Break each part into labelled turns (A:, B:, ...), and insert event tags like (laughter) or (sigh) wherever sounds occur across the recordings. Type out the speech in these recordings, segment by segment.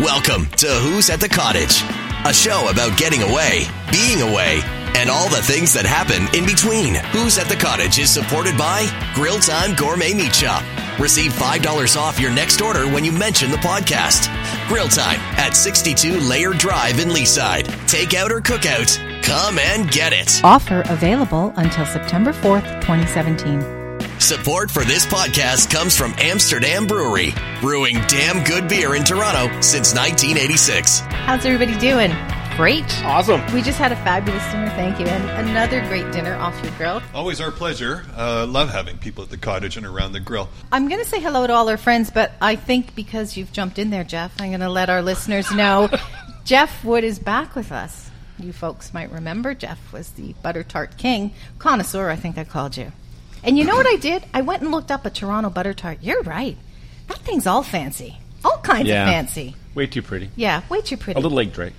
A: Welcome to Who's at the Cottage, a show about getting away, being away, and all the things that happen in between. Who's at the Cottage is supported by Grill Time Gourmet Meat Shop. Receive $5 off your next order when you mention the podcast. Grill Time at 62 Layer Drive in Leaside. Takeout or cookout, come and get it.
B: Offer available until September 4th, 2017.
A: Support for this podcast comes from Amsterdam Brewery, brewing damn good beer in Toronto since 1986.
C: How's everybody doing?
B: Great.
D: Awesome.
C: We just had a fabulous dinner, thank you, and another great dinner off your grill.
E: Always our pleasure. Uh, love having people at the cottage and around the grill.
C: I'm going to say hello to all our friends, but I think because you've jumped in there, Jeff, I'm going to let our listeners
D: (laughs)
C: know Jeff Wood is back with us. You folks might remember Jeff was the butter tart king, connoisseur, I think I called you. And you know what I did? I went and looked up a Toronto butter tart. You're right. That thing's all fancy. All kinds
D: Yeah.
C: of fancy.
D: Way too pretty.
C: Yeah, way too pretty.
D: A little like Drake.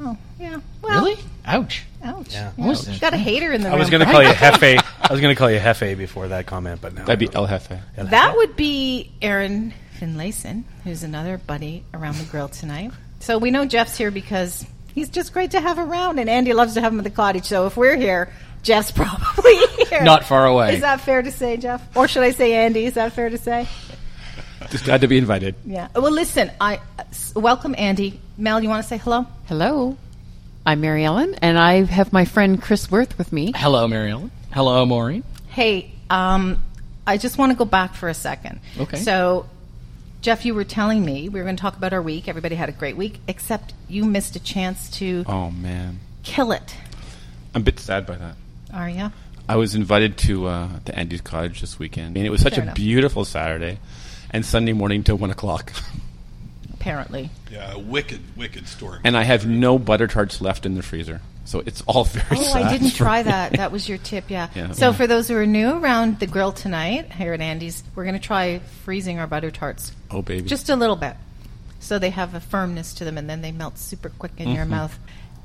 C: Oh, yeah. Well,
F: Really? Ouch.
C: Ouch.
F: was
C: Ouch. Got a hater in the
G: I
C: room.
G: was going to call you Hefe. I was going to call you Hefe before that comment, but now
F: That'd be El Jefe.
C: That would be Aaron Finlayson, who's another buddy around the grill tonight. So we know Jeff's here because he's just great to have around, and Andy loves to have him at the cottage. So if we're here, Jeff's (laughs) probably here.
F: Not far away.
C: Is that fair to say, Jeff? Or should I say Andy? Is that fair to say?
F: Just glad to be invited.
C: Yeah. Well, listen, I s- welcome Andy. Mel, you want to say hello?
H: Hello, I'm Mary Ellen, and I have my friend Chris Worth with me.
F: Hello, Mariel. Hello, Maureen.
C: Hey, um, I just want to go back for a second.
F: Okay.
C: So, Jeff, you were telling me we were going to talk about our week. Everybody had a great week, except you missed a chance to
F: Oh man,
C: kill it.
F: I'm a bit sad by that.
C: Are you?
F: I was invited to uh, to Andy's cottage this weekend, and it was such
C: Fair
F: a
C: enough.
F: beautiful Saturday and Sunday morning till one o'clock. (laughs)
C: Apparently.
E: Yeah, a wicked, wicked storm.
F: and I have no butter tarts left in the freezer, so it's all very
C: Oh,
F: sad.
C: I didn't
F: (laughs) for
C: try
F: me.
C: that. That was your tip, yeah.
F: Yeah.
C: So,
F: Yeah.
C: for those who are new around the grill tonight here at Andy's, we're going to try freezing our butter tarts
F: Oh baby,
C: just a little bit, so they have a firmness to them, and then they melt super quick in
F: Mm-hmm.
C: your mouth.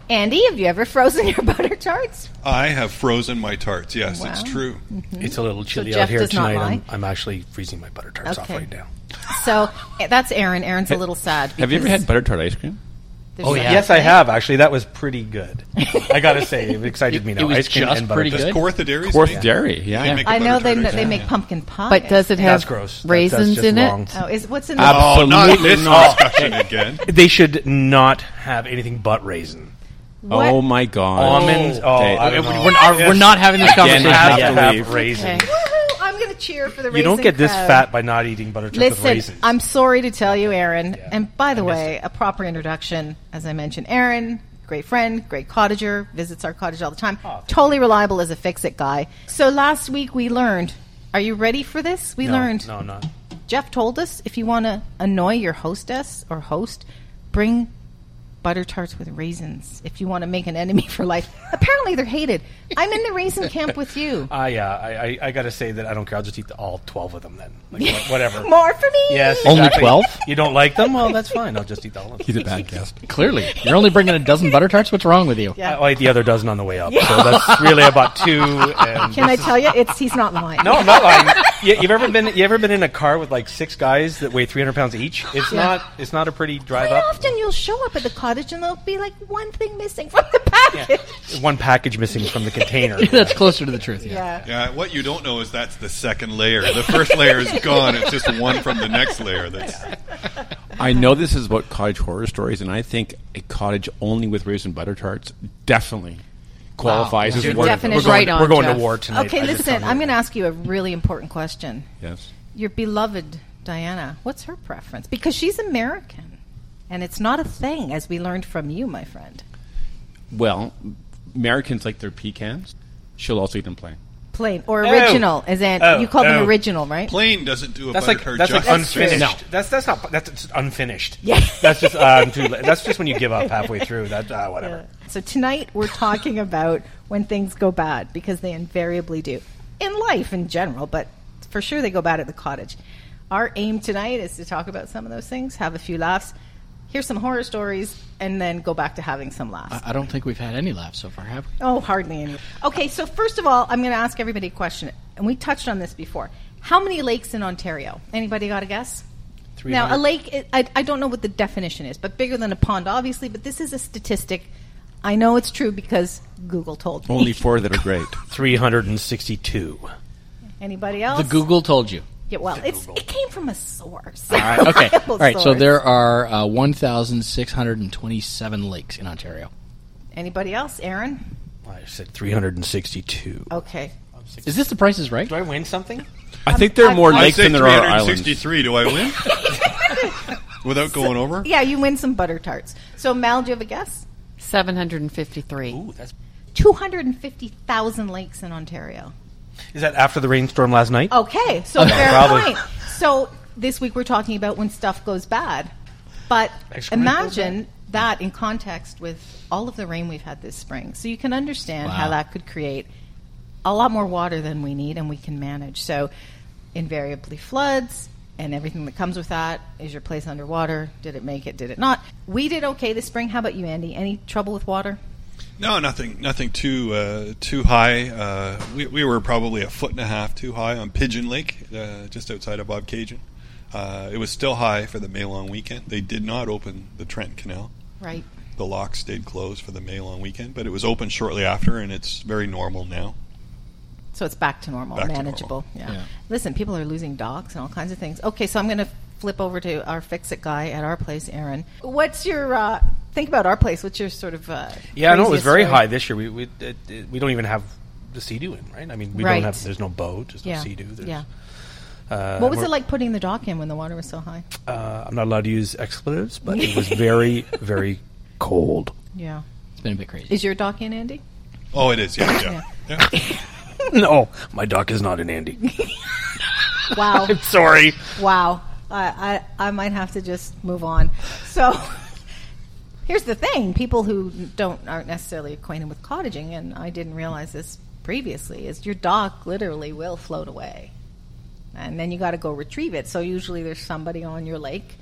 C: Andy, have you ever frozen your (laughs) butter tarts?
E: I have frozen my tarts. Yes, it's
C: Wow.
E: true.
G: it's a little chilly
C: Jeff
G: out here
C: does not
G: tonight. I'm,
C: lie?
G: I'm actually freezing my butter tarts off
C: Okay.
G: right now.
C: So eh, that's Aaron. Aaron's a little sad.
F: have you ever
C: because
F: had butter tart ice cream?
C: there's
G: Oh
C: no-
G: yes, I have actually. That was
F: (laughs)
G: pretty good. I gotta say, it excited me now.
F: It was
G: Ice cream
F: just
G: and butter
F: pretty
G: tarts.
E: Does
F: Good.
E: Kawartha Dairies
F: Fourth
E: make-
F: dairy, yeah.
E: they
F: yeah.
E: make
C: I
E: the
C: know
E: butter
C: they
E: tart ice
C: they
E: cream,
C: make
E: yeah.
C: pumpkin pie.
H: But does it have
G: That's gross. That- that's
H: raisins
G: just
H: in
G: wrong.
H: it?
C: oh, is what's in the
E: Oh, not
F: Absolutely
E: this
F: not. (laughs)
E: discussion again.
G: They should not have anything but raisin.
C: What?
F: Oh my god,
G: Almonds. Oh,
F: Okay.
G: I don't
F: We're
G: know.
F: not-
G: Yes.
F: we're not having this
G: Again,
F: conversation.
G: I have
F: You have
G: to
F: to
G: have
F: leave.
G: raisin.
H: Okay.
C: Woohoo! I'm going to cheer for the
G: You don't
C: raisin
G: get this
C: crowd.
G: fat by not eating butter tarts with
C: Listen,
G: raisins.
C: I'm sorry to tell you, Aaron. And by the
G: I missed
C: way, a proper introduction, as I mentioned, Aaron, great friend, great cottager, visits our cottage all the
F: Oh,
C: time. totally reliable as a fix-it guy. So last week we learned. Are you ready for this? We
G: no,
C: learned.
G: No, I'm not.
C: Jeff told us if you want to annoy your hostess or host, bring butter tarts with raisins. If you want to make an enemy for life, (laughs) apparently they're hated. I'm in the raisin camp with you.
G: I, (laughs) uh, I, I, I gotta say that I don't care. I'll just eat the, all twelve of them then. Like, (laughs) wha- whatever.
C: More for me.
G: Yes.
F: Only
G: exactly.
F: 12?
G: You don't like them? Well, that's fine. I'll just eat all of
F: (laughs)
G: them.
F: He's a bad guest.
H: Clearly,
F: You're only bringing a dozen butter tarts. What's wrong with you?
C: Yeah.
G: I'll eat the other dozen on the way up. So that's really about two. And
C: Can I tell you? It's he's not lying.
G: No, I'm not lying. You, you've ever been you ever been in a car with like six guys that weigh 300 pounds each? It's not it's not a pretty drive
C: Quite
G: up.
C: often you'll show up at the cottage and there'll be like one thing missing from the package.
G: One package missing from the container.
D: (laughs)
H: that's closer to the truth. Yeah.
C: Yeah.
E: Yeah, what you don't know is that's the second layer. The first layer is gone. It's just one from the next layer. That's
F: I know this is about cottage horror stories, and I think a cottage only with raisin butter tarts definitely qualifies as
H: You're
F: one. of
H: definitely
F: those.
G: We're going,
H: Right on,
G: we're going
H: Jeff.
G: to war tonight.
C: Okay,
G: I just
C: listen,
G: found
C: I'm
G: it.
C: going to ask you a really important question.
F: Yes.
C: Your beloved Diana, what's her preference? Because she's American. And it's not a thing, as we learned from you, my friend.
F: Well, Americans like their pecans. She'll also eat them plain.
C: Plain or original, as in
G: Oh.
C: you call them
G: Oh.
C: original, right?
E: plain doesn't do a
G: That's
E: butter
G: like
E: tart
G: that's like
E: justice.
G: unfinished.
F: No.
G: That's that's not that's just unfinished.
C: Yeah.
G: That's just um, too, la- that's just when you give up halfway through. That uh, whatever.
C: So tonight we're talking about when things go bad because they invariably do in life in general, but for sure they go bad at the cottage. Our aim tonight is to talk about some of those things, have a few laughs, hear some horror stories, and then go back to having some laughs.
H: I don't think we've had any laughs so far, have we?
C: Oh, hardly any. Okay, so first of all, I'm going to ask everybody a question, and we touched on this before. How many lakes in Ontario? Anybody got a guess?
G: Three
C: Now, a
G: hundred-
C: lake, i- I, I don't know what the definition is, but bigger than a pond, obviously, but this is a statistic. I know it's true because Google told me.
F: Only four that are great.
G: 362.
C: (laughs) Anybody
D: The
C: else?
D: Google told you.
C: Yeah, well, it's, it came from a source. (laughs)
D: Okay.
C: Reliable
D: All right. So
C: source.
D: there are uh, 1,627 lakes in Ontario.
C: Anybody else? Aaron?
G: I said 362.
C: Okay.
D: Is this the prices right?
G: Do I win something?
F: I think there are more
E: I
F: lakes
E: say
F: than there are islands.
E: 363. Do I win?
G: (laughs)
E: Without going over?
C: Yeah, you win some butter tarts. So, Mal, do you have a guess?
H: 753.
G: Ooh, that's.
C: 250,000 lakes in Ontario.
G: Is that after the rainstorm last night?
C: Okay, so fair
G: Probably.
C: point. So this week we're talking about when stuff goes bad, but
G: Actually, when it goes
C: imagine that in context with all of the rain we've had this spring. So you can understand how
D: Wow.
C: that could create a lot more water than we need and we can manage. So invariably floods and everything that comes with that. Is your place underwater? Did it make it? Did it not? We did okay this spring. How about you, Andy? Any trouble with water?
E: No, nothing, nothing too uh, too high. Uh, we, we were probably a foot and a half too high on Pigeon Lake, uh, just outside of Bob Cajun. Uh, it was still high for the Maylong weekend. They did not open the Trent Canal.
C: Right.
E: The lock stayed closed for the Maylong weekend, but it was open shortly after, and it's very normal now.
C: So it's back to normal,
E: Back to
C: manageable. Yeah.
D: Yeah.
C: Listen, people are losing dogs and all kinds of things. Okay, so I'm going to flip over to our fix it guy at our place, Aaron. What's your uh, think about our place? What's your sort of uh,
G: Yeah, no, it
C: craziest
G: was very
C: story?
G: high this year. We we, it, it, we don't even have the sea doo in, right? I mean, we
C: Right.
G: don't have. There's no boat. There's
C: Yeah.
G: no sea doo. There's,
C: yeah.
G: Uh,
C: What was
G: we're-
C: it like putting the dock in when the water was so high?
G: Uh, I'm not allowed to use expletives, but it was
C: (laughs)
G: very very cold.
C: Yeah.
D: It's been a bit crazy.
C: Is your dock in, Andy?
E: Oh, it is, yeah, yeah. yeah.
G: No, Oh, my dock is not an Andy. (laughs)
C: Wow.
G: Sorry.
C: wow. I, I, I might have to just move on. So (laughs) here's the thing: people who don't aren't necessarily acquainted with cottaging, and I didn't realize this previously, is your dock literally will float away, and then you got to go retrieve it. So usually there's somebody on your lake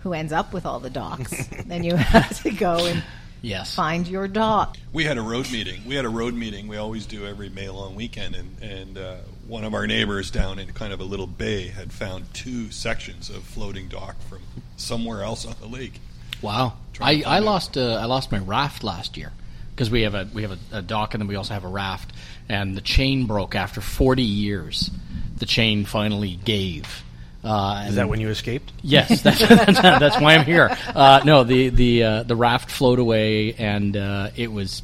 C: who ends up with all the
D: (laughs)
C: docks. then you have to go and
D: Yes.
C: find your dock.
E: we had a road meeting. We had a road meeting. We always do every May long weekend, and and uh, one of our neighbors down in kind of a little bay had found two sections of floating dock from somewhere else on the lake.
D: Wow.
E: Trying to
D: I, I
E: find it.
D: lost uh, I lost my raft last year because we have a we have a, a dock and then we also have a raft and the chain broke after 40 years. The chain finally gave. Uh,
G: Is that when you escaped?
D: Yes, (laughs) that's, that's why I'm here. Uh, no, the the uh, the raft flowed away, and uh, it was,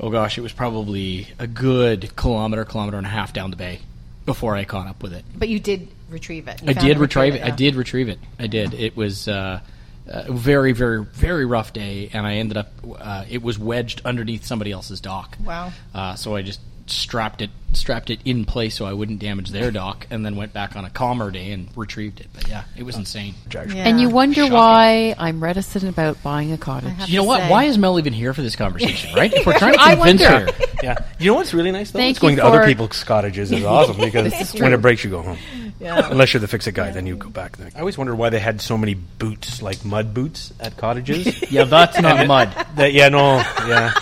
D: oh gosh, it was probably a good kilometer, kilometer and a half down the bay before I caught up with it.
C: But you did retrieve it. You
D: I
C: found
D: did
C: and
D: retrieve it. I
C: yeah.
D: did retrieve it. I did. It was uh, a very, very, very rough day, and I ended up. Uh, it was wedged underneath somebody else's dock.
C: Wow.
D: Uh, so I just strapped it, strapped it in place so I wouldn't damage their dock, and then went back on a calmer day and retrieved it. But yeah, it
C: Oh.
D: was insane.
C: Yeah.
H: And you wonder
D: Shocking.
H: why I'm reticent about buying a cottage.
C: have
D: You know
C: to
D: what?
C: say.
D: Why is Mel even here for this conversation? Right? If
C: (laughs)
D: we're trying to
H: I
D: convince her.
H: wonder.
G: Yeah. You know what's really nice though?
H: Thank
G: it's going
H: you
G: to other
H: for-
G: people's cottages
H: (laughs)
G: is awesome because
H: This is
G: when
H: true.
G: it breaks, you go home. Unless you're the fix it guy, then you go back. I always wondered why they had so many boots, like mud boots, at cottages. (laughs)
D: Yeah, that's not mud.
G: That, yeah, no, yeah.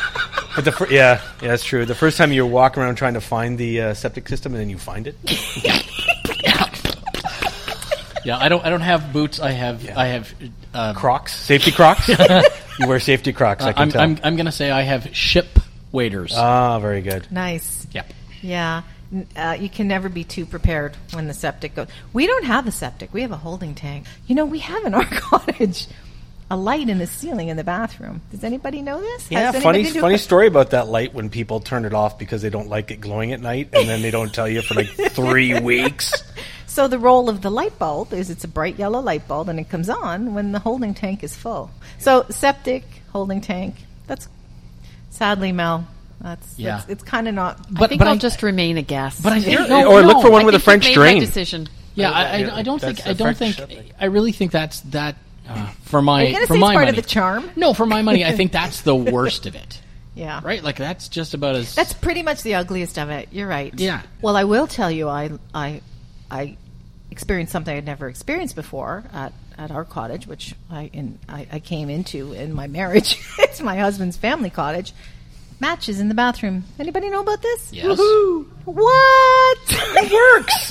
G: But the fir- yeah, yeah, that's true. The first time you walk around trying to find the uh, septic system and then you find it.
D: Yeah, I don't. I don't have boots. I have.
G: Yeah.
D: I have. Uh,
G: Crocs, safety
D: (laughs)
G: Crocs. you wear safety Crocs. I can
D: I'm,
G: tell.
D: I'm. I'm going to say I have ship waiters.
G: ah, very good.
C: Nice.
D: Yep.
C: Yeah. N- Uh, you can never be too prepared when the septic goes. We don't have a septic. We have a holding tank. You know, we have in our (laughs) cottage a light in the ceiling in the bathroom. Does anybody know this?
G: Yeah,
C: Has
G: funny,
C: anybody do-
G: funny story about that light when people turn it off because they don't like it glowing at night, and then they don't tell you for like
H: (laughs)
G: three weeks.
C: So the role of the light bulb is it's a bright yellow light bulb, and it comes on when the holding tank is full. So septic, holding tank. That's sadly, Mel. That's
D: Yeah.
C: That's, it's kind of not.
H: I think
D: but
H: I'll
D: I-
H: just remain aghast.
D: But I think.
H: No,
G: or look
H: no,
G: for one
H: I
G: with a
H: think you've
G: French
H: made
G: drain.
H: My decision.
D: Yeah, I, I,
G: Yeah,
D: I don't
G: that's
D: think.
G: the
D: I don't
G: French
D: think.
G: septic.
D: I really think that's that. Uh, for my.
C: Are you gonna
D: for
C: say it's
D: my
C: part of
D: money-
C: the charm?
D: No, for my money, I
C: (laughs)
D: think that's the worst of it.
C: Yeah.
D: Right? Like that's just about as.
C: That's pretty much the ugliest of it. You're right.
D: Yeah.
C: Well, I will tell you, I I I experienced something I'd never experienced before at, at our cottage, which I in I, I came into in my marriage. (laughs) it's my husband's family cottage. Matches in the bathroom. Anybody know about this?
D: Yes.
C: Woohoo. What?
G: It works.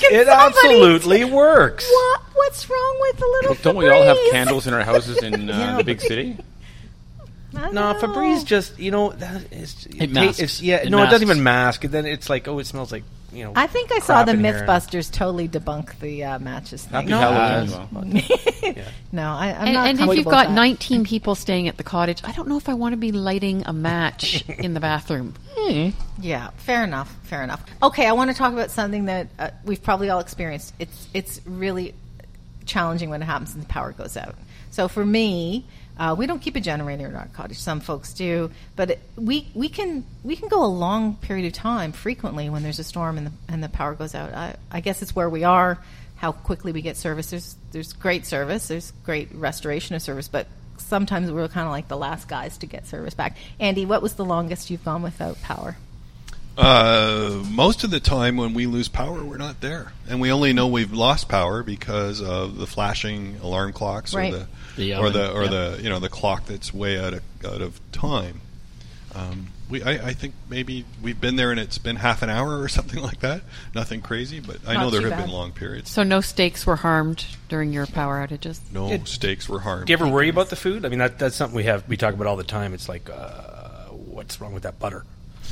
C: (laughs) Can
G: it
C: somebody-
G: absolutely works.
C: What? What's wrong with a little?
F: Well, don't we all have
C: Febreze?
F: candles in our houses
C: (laughs)
F: in uh, the big city?
C: I don't
G: No,
C: know.
G: Febreze just you know that is it ta-
D: masks.
G: it's- yeah
D: It
G: no it doesn't
D: masks.
G: even mask and then it's like oh it smells like you know
C: I think I saw
G: crap
C: the
G: in here.
C: MythBusters totally debunk the uh, matches thing.
F: Happy
G: No.
F: Halloween.
G: Uh,
C: (laughs)
F: well.
C: No, I, I'm
H: And,
C: not.
H: and if you've
C: comfortable
H: got
C: with that.
H: 19 people staying at the cottage, I don't know if I want to be lighting a match in the bathroom.
C: yeah, fair enough, fair enough. Okay, I want to talk about something that uh, we've probably all experienced. It's it's really challenging when it happens and the power goes out. So for me, uh, we don't keep a generator in our cottage. Some folks do, but it, we we can we can go a long period of time frequently when there's a storm and the and the power goes out. I, I guess it's where we are, how quickly we get service. There's there's great service. There's great restoration of service, but sometimes we're kind of like the last guys to get service back. Andy, what was the longest you've gone without power?
E: Uh, most of the time when we lose power, we're not there. And we only know we've lost power because of the flashing alarm clocks
C: Right.
E: or the,
D: The
E: or
D: oven,
E: the or
D: yeah.
E: the you know the clock that's way out of out of time. Um, we I, I think maybe we've been there and it's been half an hour or (laughs) something like that. Nothing crazy, but I know
C: Not
E: there
C: too
E: have
C: bad.
E: been long periods.
H: So no stakes were harmed during your power outages.
E: No stakes were harmed.
G: Do you ever worry about the food? I mean, that, that's something we have we talk about all the time. It's like, uh, what's wrong with that butter?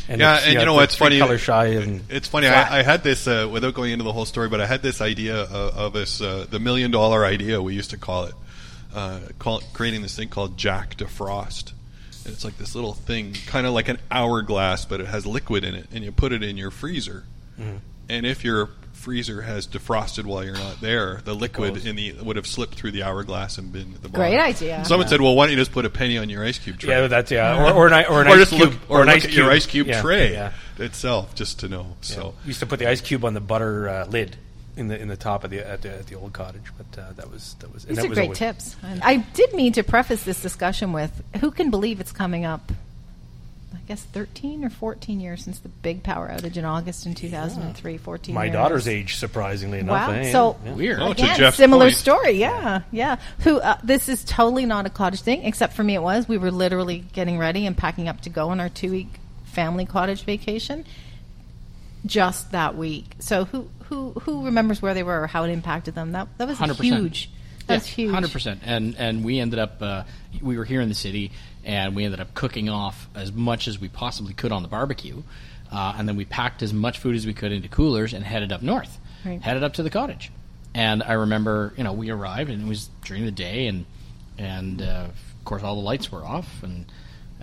G: And
E: yeah,
G: it's,
E: and you know
G: the
E: what's
G: three
E: funny?
G: Color shy and
E: it's funny.
G: flat.
E: I, I had this uh, without going into the whole story, but I had this idea of, of this uh, the million dollar idea we used to call it, uh, call creating this thing called Jack Defrost. And it's like this little thing, kind of like an hourglass, but it has liquid in it, and you put it in your freezer.
G: Mm-hmm.
E: And if your freezer has defrosted while you're not there, the liquid in the would have slipped through the hourglass and been at the bottom.
C: Great idea.
E: Someone said, "Well, why don't you just put a penny on your ice cube tray?"
G: yeah, that's yeah, or, or an, i- or an
E: or
G: ice
E: just
G: cube,
E: look, or,
G: an
E: look
G: ice
E: at your ice cube
G: Yeah,
E: tray
G: Yeah,
E: itself, just to know. So
G: used to put the ice cube on the butter uh, lid in the in the top of the at the, at the old cottage, but uh, that was that was. and
C: These
G: that
C: are
G: was
C: great
G: always-
C: tips. I did mean to preface this discussion with who can believe it's coming up, I guess, 13 or 14 years since the big power outage in August in 2003. 14
G: My
C: years.
G: daughter's age, surprisingly enough.
C: Wow.
G: eh?
C: So
G: Yeah.
D: Weird.
E: Oh, to
C: Again,
E: Jeff's
C: similar
E: point.
C: story. Yeah, yeah. Who? Uh, this is totally not a cottage thing, except for me. It was. We were literally getting ready and packing up to go on our two-week family cottage vacation, just that week. So who who who remembers where they were or how it impacted them? That that was
D: 100%.
C: huge. That's huge.
D: Hundred percent. And and we ended up uh, we were here in the city, and we ended up cooking off as much as we possibly could on the barbecue, uh, and then we packed as much food as we could into coolers and headed up north,
C: Right.
D: headed up to the cottage. And I remember, you know, we arrived and it was during the day, and and uh, of course all the lights were off, and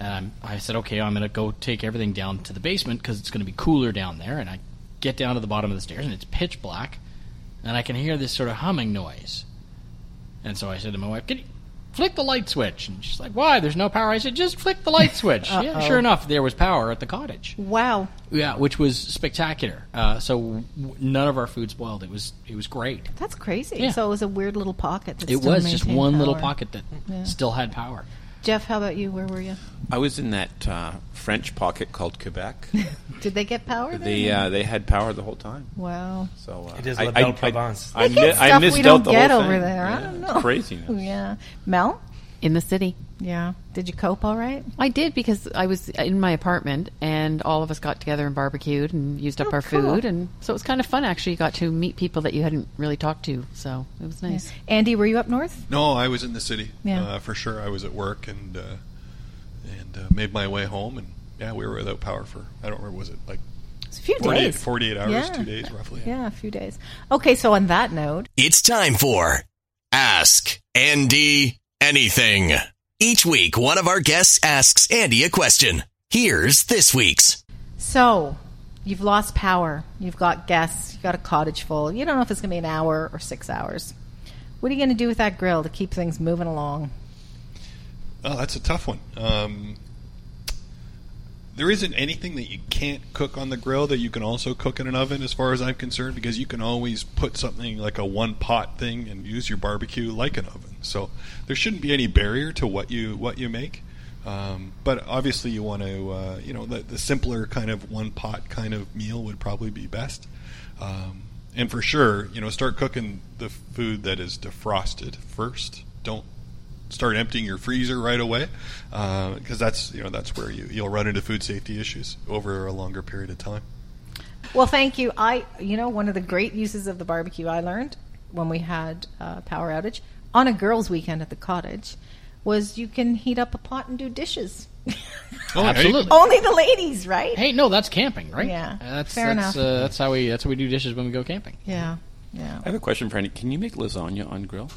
D: um, I said, okay, I'm going to go take everything down to the basement because it's going to be cooler down there. And I get down to the bottom of the stairs, and it's pitch black, and I can hear this sort of humming noise. And so I said to my wife, Can you flick the light switch? And she's like, Why? There's no power. I said, Just flick the light
C: (laughs)
D: switch. yeah, sure enough, there was power at the cottage.
C: Wow.
D: Yeah, which was spectacular. Uh, so w- none of our food spoiled. It was it was great.
C: That's crazy.
D: Yeah.
C: So it was a weird little pocket. That
D: it
C: still
D: was just
C: maintained
D: one little
C: power.
D: pocket that still had power.
C: Jeff, how about you? Where were you?
F: I was in that uh, French pocket called Quebec.
C: Did they get power? There?
F: they uh, they had power the whole time.
C: wow.
F: So uh,
G: It is
F: I-
G: La
F: I-
G: Belle
F: I-
G: Provence.
F: I,
C: They
F: mi-
C: get
F: I
C: stuff
F: missed
C: we don't
F: out the
C: get
F: whole
C: over
F: thing.
C: there. I
F: Yeah,
C: don't
F: it's
C: know. (laughs)
F: Craziness.
C: Oh, Yeah. Mel.
H: In the city.
C: Yeah. Did you cope all right?
H: I did because I was in my apartment and all of us got together and barbecued and used up
C: Oh,
H: our
C: cool.
H: food. And so it was kind of fun, actually. You got to meet people that you hadn't really talked to. So it was nice.
C: Andy, were you up north?
E: no, I was in the city
C: Yeah.
E: uh, for sure. I was at work and uh, and uh, made my way home, and yeah, we were without power for I don't remember was it like
C: It's a few
E: 48,
C: days.
E: 48 hours,
C: Yeah.
E: two days roughly.
C: Yeah, a few days. Okay, so on that note,
A: It's time for Ask Andy Anything. Each week, one of our guests asks Andy a question. Here's this week's.
C: so you've lost power. You've got guests. You've got a cottage full. You don't know if it's going to be an hour or six hours. What are you going to do with that grill to keep things moving along?
E: Oh, that's a tough one. Um, there isn't anything that you can't cook on the grill that you can also cook in an oven, as far as I'm concerned, because you can always put something like a one pot thing and use your barbecue like an oven. So there shouldn't be any barrier to what you what you make. Um, but obviously, you want to uh, you know the, the simpler kind of one pot kind of meal would probably be best. Um, and for sure, you know, start cooking the food that is defrosted first. Don't start emptying your freezer right away because that's you know that's where you you'll run into food safety issues over a longer period of time.
C: Well, thank you. I, you know, one of the great uses of the barbecue I learned when we had uh, power outage on a girls' weekend at the cottage was you can heat up a pot and do dishes.
E: Oh, yeah, you-
D: Absolutely.
C: Only the ladies, right?
D: Hey, no, that's camping, right?
C: Yeah.
D: That's
C: Fair
D: that's,
C: enough.
D: Uh, that's how we that's how we do dishes when we go camping.
C: Yeah, yeah.
F: I have a question, Franny. Can you make lasagna on grill?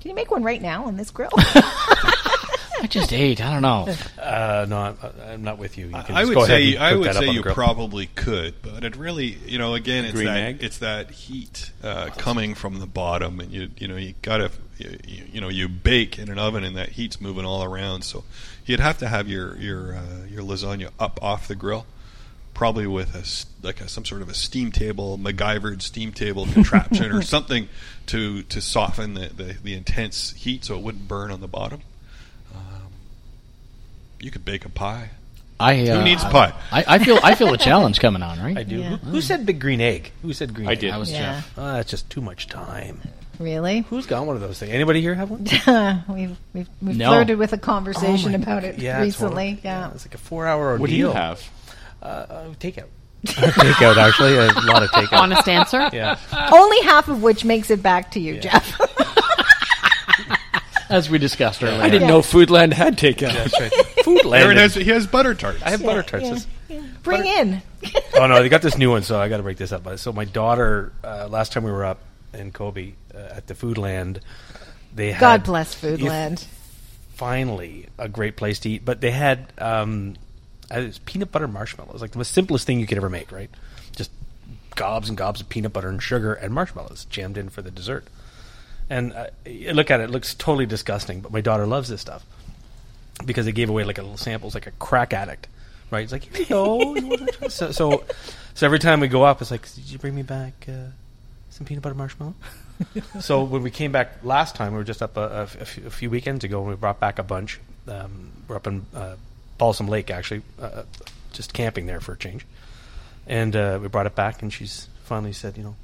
C: Can you make one right now on this
G: (laughs)
C: grill?
D: I just ate. I
C: (laughs)
D: don't know.
G: Uh, no, I'm, I'm not with you. you can
E: I
G: just
E: would
G: go ahead
E: say
G: and
E: I
G: cook
E: would
G: that up
E: say
G: on
E: you
G: the grill.
E: probably could, but it really, you know, again, it's
F: Green
E: that
F: egg?
E: it's that heat uh, coming from the bottom, and you you know you gotta you, you you know you bake in an oven, and that heat's moving all around, so you'd have to have your your uh, your lasagna up off the grill. Probably with a s- like a, some sort of a steam table, MacGyvered steam table contraption
G: (laughs)
E: or something to to soften the, the, the intense heat so it wouldn't burn on the bottom. Um, you could bake a pie.
D: I uh,
E: Who needs pie?
D: I, I feel I
C: (laughs)
D: feel a challenge coming on, right?
G: I do.
C: Yeah.
G: Who, who said big green egg? Who said green?
F: I
G: egg?
F: did.
D: I was
C: Yeah.
D: Jeff.
G: Ah, that's just too much time.
C: really? Uh,
G: Who's got one of those things? Anybody here have one?
C: we've we've, we've
D: No.
C: flirted with a conversation about it
G: Oh, Yeah, it's horrible.
C: recently. Yeah.
G: it's like a four-hour ordeal.
F: What do you have?
G: Uh, uh, takeout. takeout, actually, a lot of takeout.
H: Honest answer.
G: Yeah,
C: Only half of which makes it back to you, Jeff.
D: As we discussed earlier.
F: I didn't know Foodland had takeout. (laughs)
G: that's right. Food
E: Aaron
G: land.
E: has he has butter tarts.
G: I have butter tarts. That's-
C: Bring in.
G: oh no, they got this new one, so I got to break this up. But- So my daughter, uh, last time we were up in Kobe uh, at the Foodland, they had,
C: God bless Foodland.
G: Finally, a great place to eat, but they had um, uh, it was peanut butter marshmallows, like the most simplest thing you could ever make, right? Just gobs and gobs of peanut butter and sugar and marshmallows jammed in for the dessert. And uh, you look at it; it looks totally disgusting. But my daughter loves this stuff because they gave away like a little sample. It's like a crack addict, right? It's like, here you go. You wanna try- so, so, so every time we go up, it's like, did you bring me back uh, some peanut butter marshmallow? so when we came back last time, we were just up a, a f- a few- a few weekends ago, and we brought back a bunch. Um, we're up in uh, Balsam Lake, actually, uh, just camping there for a change. And uh, we brought it back, and she's finally said, you know,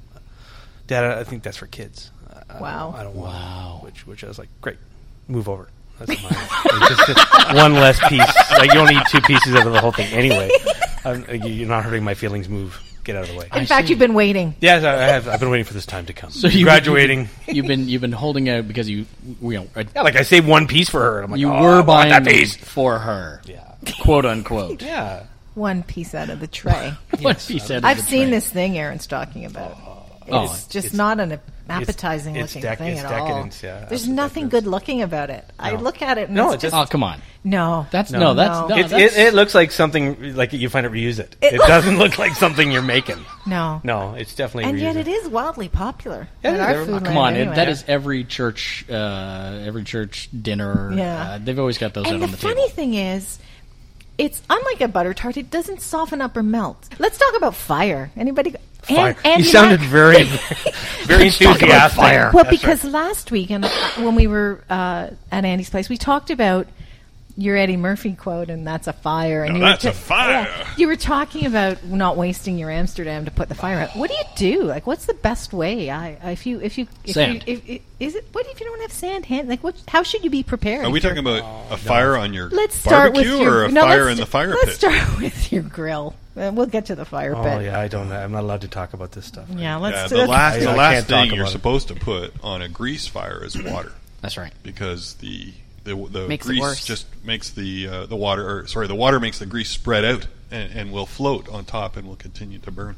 G: Dad, I- I think that's for kids. I- I,
C: Wow.
G: don't- I don't want. it."
D: Wow.
G: Which, which I was like, great, move over. That's mine. It's just one less piece. Like you only need two pieces out of the whole thing anyway. I'm, uh, you- you're not hurting my feelings. Move. Get out of the way.
C: In fact, you've been waiting.
G: Yes, I I have. I've been waiting for this time to come. So
D: you-
G: graduating.
D: You've been you've been holding out because you you know uh,
G: Yeah, like I saved one piece for her. And I'm like,
D: you
G: "Oh, I
D: were
G: want
D: buying
G: that
D: them
G: piece.
D: for her,
G: Yeah.
D: quote unquote.
G: Yeah.
C: One piece out of the tray.
D: (laughs) What he said.
C: I've
D: is a
C: seen
D: trend.
C: this thing Aaron's talking about. It's
D: Oh,
C: just
G: it's-
C: not an appetizing
G: it's
C: looking
G: dec-
C: thing
G: it's
C: at
G: decadence,
C: all.
G: yeah,
C: There's
G: absolute
C: nothing
G: decadence.
C: good looking about it. I
G: No.
C: look at it and
G: No,
C: it's
G: it just-
D: Oh come on.
C: no.
D: That's no. that's
C: No.
D: no.
G: It,
D: that's-
G: it, it looks like something like you find it reuse it.
C: It
G: It,
C: looks-
G: doesn't look like something you're making.
C: no.
G: No, it's definitely.
C: And
G: reuse
C: yet it is wildly popular.
G: Yeah,
C: at
G: it
C: our
G: is.
C: food
G: Oh,
D: Come
C: land
D: on, it-
C: anyway.
D: that is every church, uh, every church dinner.
C: Yeah.
D: uh, they've always got those out
C: And the,
D: on the
C: funny
D: table.
C: thing is, it's unlike a butter tart. It doesn't soften up or melt. Let's talk about fire. Anybody?
G: Fire.
C: And, and
G: you sounded
C: know- (laughs)
G: very, very enthusiastic.
C: Well,
G: That's
C: because
G: right.
C: last week and when we were uh, at Andy's place, we talked about your Eddie Murphy quote, and that's a fire. And
E: Now
C: you were
E: that's a fire.
C: you were talking about not wasting your Amsterdam to put the fire out. What do you do? Like, what's the best way? I if you if you if
D: Sand.
C: You, if, if, is it what if you don't have sand hand? Like, what? How should you be prepared?
E: Are we
C: if you're-
E: talking about a fire on your
C: Let's start
E: barbecue
C: with your
E: or a
C: no,
E: fire
C: let's
E: in
C: st-
E: the fire
C: Let's
E: pit?
C: start (laughs) with your grill. Uh, We'll get to the fire
G: Oh
C: pit.
G: yeah, I don't. know. I'm not allowed to talk about this stuff.
C: Yeah, let's
E: yeah,
C: do
E: the last,
G: I-
E: the
G: I
E: last
G: can't talk
E: thing you're
G: about it.
E: supposed to put on a grease fire is water,
D: That's right.
E: because the the, the
H: Makes it
E: grease
H: worse.
E: just makes the uh, the water, or sorry, the water makes the grease spread out and, and will float on top and will continue to burn.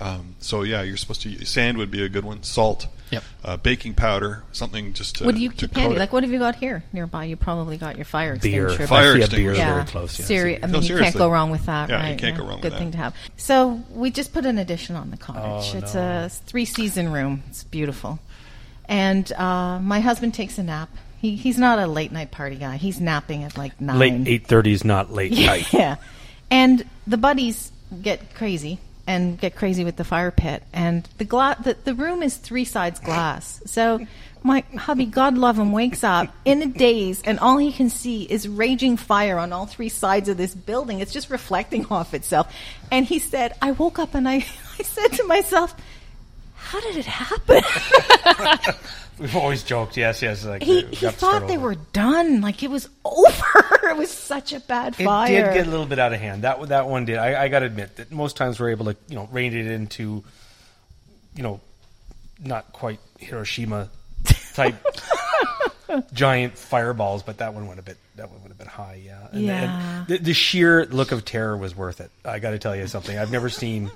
E: Um, so yeah, you're supposed to sand would be a good one, salt,
D: Yep.
E: uh, baking powder, something just to
C: What
E: (laughs)
C: do you
E: to
C: keep
E: coat
C: handy?
E: it.
C: Like, what have you got here nearby? You probably got your fire
G: Beer.
C: extinguisher.
E: Fire
G: I see a beer
E: extinguisher.
G: very close. Yeah,
C: Seri- I mean,
E: No,
C: you can't
E: seriously.
C: go wrong with that,
E: Yeah, you
C: right?
E: can't go wrong
C: Good
E: with
C: thing
E: that.
C: to have. So we just put an addition on the cottage.
G: Oh,
C: it's a three-season room. It's beautiful. And uh, my husband takes a nap. He, he's not a late-night party guy. He's napping at like nine.
G: Late eight thirty is not late night.
C: Yeah. And the buddies get crazy and get crazy with the fire pit. And the, gla- the, the room is three sides glass. So my hubby, God love him, wakes up in a daze, and all he can see is raging fire on all three sides of this building. It's just reflecting off itself. And he said, I woke up and I, (laughs) I said to myself, how did it happen? (laughs)
G: We've always joked. Yes, yes. Like
C: he
G: we've
C: he
G: got to start
C: thought they
G: over.
C: were done. Like it was (laughs) over. it was such a bad
G: It
C: fire.
G: did get a little bit out of hand. That that one did. I, I got to admit that most times we're able to you know rein it into you know not quite Hiroshima
C: (laughs)
G: type giant fireballs, but that one went a bit that one went a bit high. Yeah, and,
C: Yeah.
G: and the, the sheer look of terror was worth it. I got to tell you something. I've never seen.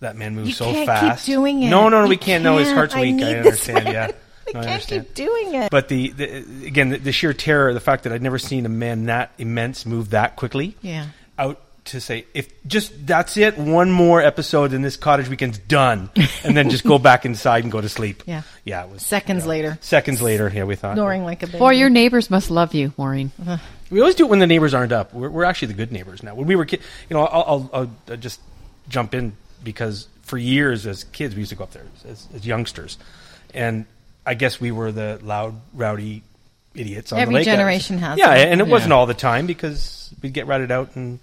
G: That man move
C: You
G: so
C: can't keep
G: fast.
C: doing it.
G: No, no, no
C: You
G: we can't. No, his
C: can't.
G: heart's
C: I
G: weak.
C: need
G: I
C: this (laughs)
G: understand.
C: man.
G: Yeah,
C: I
G: No, I
C: can't
G: understand.
C: keep doing it.
G: But the, the again, the, the sheer terror, the fact that I'd never seen a man that immense move that quickly.
C: Yeah.
G: Out to say if just that's it, one more episode and this cottage weekend's done, and then
C: (laughs)
G: just go back inside and go to sleep.
C: Yeah.
G: yeah. It was
C: Seconds later,
G: seconds later. Yeah, we thought
C: snoring like a baby.
H: Boy, your neighbors must love you, Maureen.
G: We always do it when the neighbors aren't up. We're, we're actually the good neighbors now. When we were kids, you know, I'll, I'll, I'll just jump in because for years as kids, we used to go up there as, as youngsters. And I guess we were the loud, rowdy idiots on
C: Every
G: the lake.
C: generation has
G: Yeah,
C: them.
G: and it wasn't
D: Yeah.
G: all the time because we'd get routed out and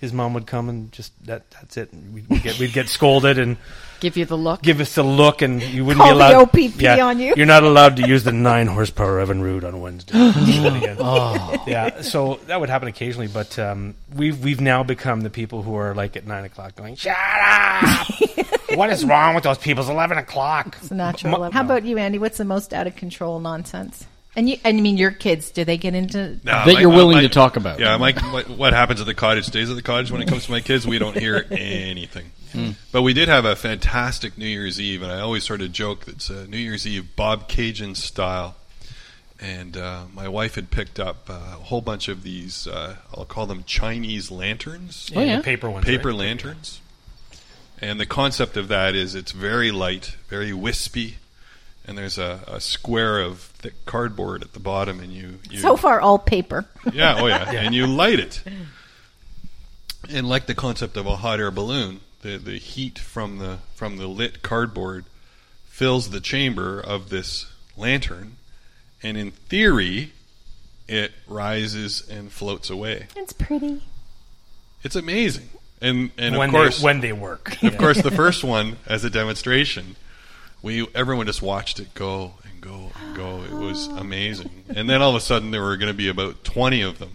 G: his mom would come and just that that's it. And We'd we'd get, we'd get scolded and
H: Give you the look.
G: give us a look and you wouldn't
C: Call
G: be allowed
C: the OPP on you.
G: You're not allowed to use the nine horsepower Evan Rude on Wednesday. Yeah, so that would happen occasionally, but um, we've we've now become the people who are like at nine o'clock going, Shut up! what is wrong with those people? It's eleven o'clock.
C: It's a natural level. How about you, Andy? What's the most out of control nonsense? And you, and I mean, your kids, do they get into?
E: Nah,
D: That
E: my-
D: you're
E: uh,
D: willing
E: my-
D: to talk about.
E: Yeah, my, my, what happens at the cottage stays at the cottage. When it comes to my kids, we don't
D: (laughs)
E: hear anything.
D: Hmm.
E: But we did have a fantastic New Year's Eve, and I always sort of joke that's uh, New Year's Eve Bob Cajun style. And uh, my wife had picked up uh, a whole bunch of these, uh, I'll call them Chinese lanterns
H: Oh, yeah.
G: Paper ones.
E: paper
G: right?
E: lanterns. And the concept of that is it's very light, very wispy, and there's a, a square of thick cardboard at the bottom, and you, you
C: So far, all paper.
E: yeah, oh yeah, and you light it. And like the concept of a hot air balloon, the the heat from the from the lit cardboard fills the chamber of this lantern, and in theory, it rises and floats away.
C: (laughs) It's pretty.
E: It's amazing, and and
G: when
E: of course
G: they when
E: (laughs)
G: they work. (laughs)
E: of course, the first one as a demonstration, we everyone just watched it go and go and go. It was amazing. And then all of a sudden, there were going to be about twenty of them,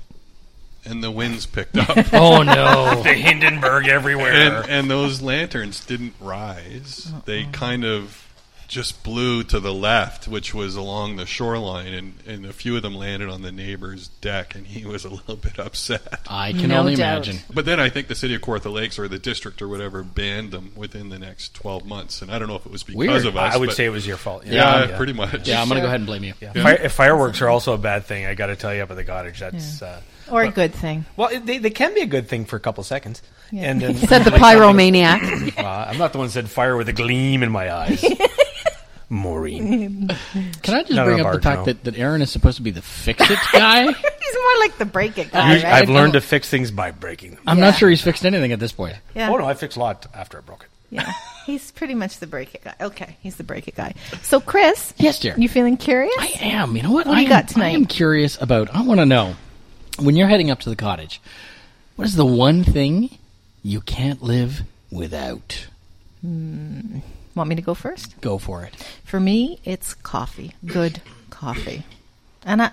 E: and the winds picked up,
D: Oh no!
G: the Hindenburg everywhere.
E: and and those lanterns didn't rise. They kind of just blew to the left, which was along the shoreline, and, and a few of them landed on the neighbor's deck, and he was a little bit upset.
D: I can
C: No
D: only
C: doubt.
D: imagine.
E: But then I think the city of Kawartha Lakes or the district or whatever banned them within the next 12 months. And I don't know if it was because
D: Weird.
E: of us.
G: I would
E: but-
G: say it was your fault.
E: Yeah, pretty much.
D: Yeah, I'm gonna go ahead and blame you.
G: Yeah. Fire, if fireworks are also a bad thing, I got to tell you, up at the cottage, that's uh,
C: Or a good thing.
G: well, it- they, they can be a good thing for a couple seconds. And then
H: Said the
G: (laughs)
H: pyromaniac.
G: Uh, I'm not the one who said fire with a gleam in my
C: (laughs)
G: eyes, Maureen.
D: Can I just
G: No, no,
D: bring up
G: Bart,
D: the fact
G: no.
D: that, that Aaron is supposed to be
C: (laughs)
D: the fix-it guy?
C: (laughs) He's more like the break it guy,
G: Usually-
C: right?
G: I've learned to fix things by breaking them.
D: I'm not sure he's fixed anything at this point.
C: yeah.
G: Oh no, I fixed a lot after I broke it.
C: yeah. He's pretty much the break it guy. Okay, he's the break it guy. So, Chris,
D: Yes, dear.
C: you feeling curious?
D: I am. You know what?
C: What do
D: I
C: you
D: am,
C: got tonight?
D: I am curious about. I want to know when you're heading up to the cottage. What is the one thing you can't live without?
C: Want me to go first?
D: Go for it.
C: For me, it's coffee. Good coffee. And I,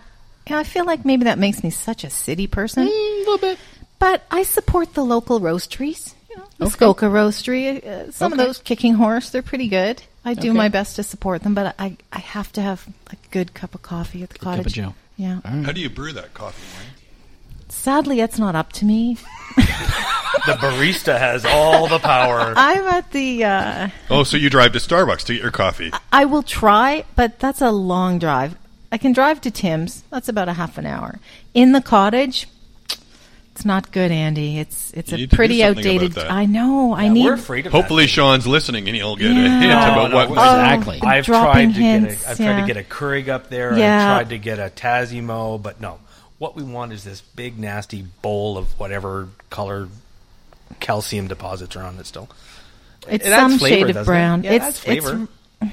C: you know, I feel like maybe that makes me such a city person.
D: A little bit.
C: But I support the local roasteries. You know, the
D: Okay.
C: Skoka Roastery, uh, some
D: Okay.
C: of those Kicking Horse, they're pretty good. I do
D: Okay.
C: my best to support them, but I, I have to have a good cup of coffee at the
D: of
C: cottage.
D: Joe.
C: Yeah.
E: How do you brew that coffee? Wayne?
C: Sadly, it's not up to me. (laughs)
G: The barista has all the power.
C: I'm at the. Uh,
E: Oh, so you drive to Starbucks to get your coffee.
C: I will try, but that's a long drive. I can drive to Tim's. That's about a half an hour. In the cottage, it's not good, Andy. It's it's
E: You
C: a
E: need to do
C: pretty
E: something
C: outdated.
E: about that.
C: I know. I
G: Yeah,
C: need.
G: we're afraid of
E: Hopefully, Sean's listening and he'll get a
C: Yeah.
E: hint
G: that.
E: about
G: No, no,
E: what.
G: no,
D: Oh,
G: exactly. I've
C: dropping
G: tried to
C: hints,
G: get a, I've
C: yeah.
G: tried to get a Keurig up there.
C: Yeah.
G: I've tried to get a Tazimo, but no. What we want is this big nasty bowl of whatever color calcium deposits are on it still.
C: It's
G: It adds
C: some
G: flavor,
C: shade of
G: doesn't it?
C: brown.
G: Yeah, it adds
C: it's
G: flavor.
C: it's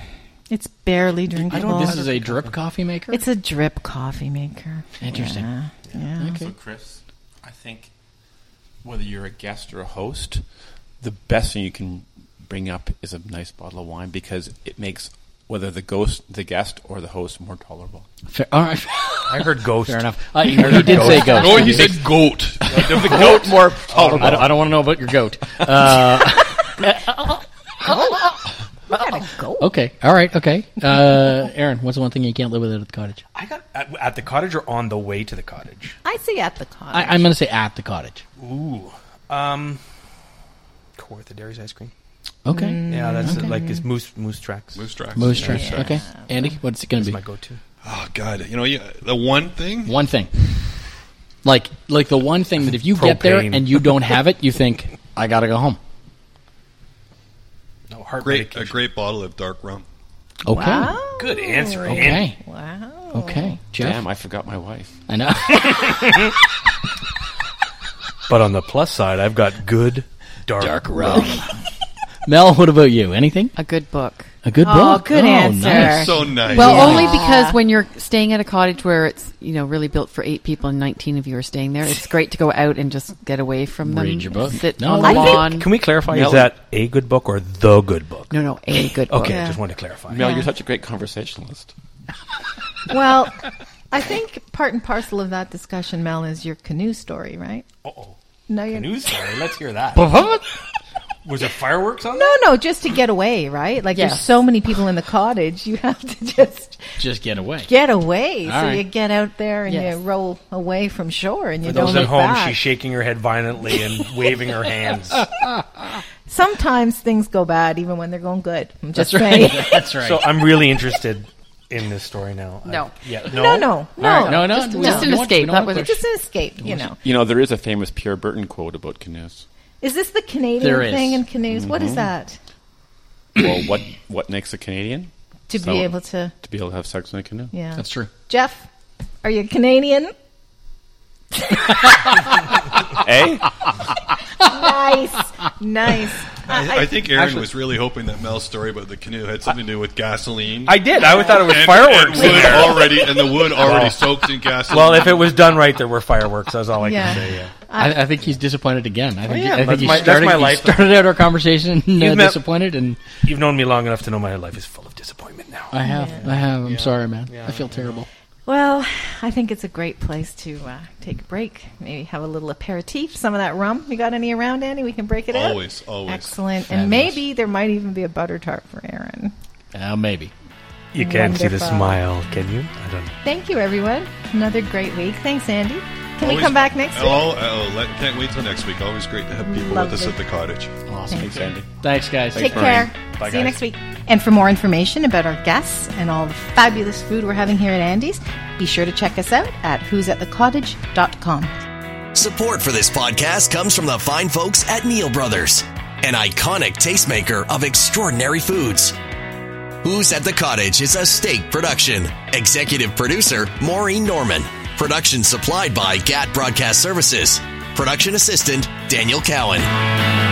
C: it's barely drinkable.
D: I don't. This is a drip coffee maker.
C: It's a drip coffee maker.
D: Interesting.
C: Yeah. yeah.
F: So, Chris, I think whether you're a guest or a host, the best thing you can bring up is a nice bottle of wine because it makes whether the ghost, the guest, or the host more tolerable.
D: Fair, all right.
G: I heard ghost.
D: (laughs) Fair enough. Uh, he he did say goat.
E: Oh, he said goat.
F: (laughs) the goat more
D: I don't, I don't want to know about your goat. Uh,
C: gotta go.
D: Okay. All right. Okay. Uh, Aaron, what's the one thing you can't live without at the cottage?
G: I got at, at the cottage or on the way to the cottage.
C: I say at the cottage.
D: I, I'm going to say at the cottage.
G: Ooh, um, core the dairy's ice cream.
D: Okay.
C: Mm,
G: Yeah, that's it, like it's moose moose tracks.
E: Moose tracks.
D: Moose tracks.
C: Yeah.
D: Okay. Andy, what's it going
G: That's
D: to be?
G: my go-to.
E: Oh God, you know you, the one thing.
D: One thing. Like, like the one thing that if you get there
G: Propane.
D: and you don't have it, you think I got to go home.
G: No heart
E: Great,
G: medication.
E: a great bottle of dark rum.
D: Okay.
C: Wow.
G: Good answer. Andy.
D: Okay.
C: Oh, Wow.
D: Okay. Jeff,
F: Damn, I forgot my wife.
D: I know. (laughs)
G: But on the plus side, I've got good dark,
D: rum. Mel, what about you? Anything?
H: A good book.
D: A good
C: Oh,
D: book?
C: good answer.
D: nice.
E: So nice.
H: Well, only because when you're staying at a cottage where it's you know really built for eight people and 19 of you are staying there, it's great to go out and just get away from them.
D: Read your book.
H: Sit
D: No,
H: on the
D: I think-
H: lawn.
G: Can we clarify? Is
F: Mel-
G: that a good book or the good book?
H: no, no, a good book.
G: Okay, just wanted to clarify.
F: Mel,
H: Yeah.
F: you're such a great conversationalist.
C: Well, I think part and parcel of that discussion, Mel, is your canoe story, right?
G: Uh-oh.
C: No, you
G: News story. Let's hear that. Was there fireworks on?
C: No, no, just to get away, right? Like there's
H: Yes.
C: so many people in the cottage, you have to just
D: Just get away.
C: get away.
D: All
C: so
D: right.
C: you get out there and
H: Yes.
C: you roll away from shore, and you
G: For
C: don't
G: those at
C: look
G: home,
C: back.
G: she's shaking her head
C: (laughs)
G: violently and waving her hands.
C: Sometimes things go bad, even when they're going good. I'm just
D: That's right.
C: saying.
D: (laughs)
C: (laughs)
D: That's right.
G: So I'm really interested in this story now.
H: No.
G: I- yeah, no,
C: No, no, no,
D: All right. No, no.
H: Just-
D: we
H: just
D: don't
H: an
D: want- we
H: escape.
D: don't
H: That
D: want
H: was-
D: to
C: Just an escape, you know.
F: You know, there is a famous Pierre Burton quote about canoes.
C: Is this the Canadian
D: There is. Mm-hmm.
C: thing in canoes? What is that?
F: Well, what what makes a Canadian?
C: To
F: So-
C: be able to,
F: To be able to have sex in a canoe.
C: yeah.
D: That's true.
C: Jeff, are you
D: (laughs)
C: Canadian?
F: Eh?
C: Nice,
D: (laughs)
C: nice.
E: I, I think Aaron
G: actually-
E: was really hoping that Mel's story about the canoe had something to do with gasoline.
G: I did. I thought it was
E: and,
G: fireworks.
E: and wood already, and the wood already soaked in gasoline.
G: well, if it was done right, there were fireworks. That's all I
C: Yeah.
G: can say. Yeah.
D: I, I think he's disappointed again. I think,
G: Oh, yeah,
D: I think
G: that's
D: he
G: my- that's
D: started,
G: my
D: he
G: life.
D: started out
G: (laughs)
D: our conversation uh,
G: met-
D: disappointed, and
G: You've known me long enough to know my life is full of disappointment now.
D: I have, I have. I'm sorry, man. I feel terrible.
C: Well, I think it's a great place to uh, take a break. Maybe have a little aperitif, some of that rum. You got any around, Annie? We can break it out.
E: Always, always.
C: Excellent.
D: Fabulous.
C: And maybe there might even be a butter tart for Aaron.
D: Uh, maybe.
G: you can't see the
C: Wonderful.
G: smile, can you? I don't know.
C: Thank you, everyone. Another great week. Thanks, Andy. Can we
E: Always-
C: come back next week?
E: Oh, oh, let- can't wait till next week. Always great to have people
C: Lovely.
E: with us at the cottage.
D: Awesome.
F: Thanks, Andy.
D: Thanks, guys.
C: Take care.
G: Bye,
C: See you
G: guys.
C: next week. And for more information about our guests and all the fabulous food we're having here at Andy's, be sure to check us out at who'satthecottage.com.
A: Support for this podcast comes from the fine folks at Neil Brothers, an iconic tastemaker of extraordinary foods. Who's at the Cottage is a steak production. Executive producer Maureen Norman. Production supplied by GAT Broadcast Services. Production assistant Daniel Cowan.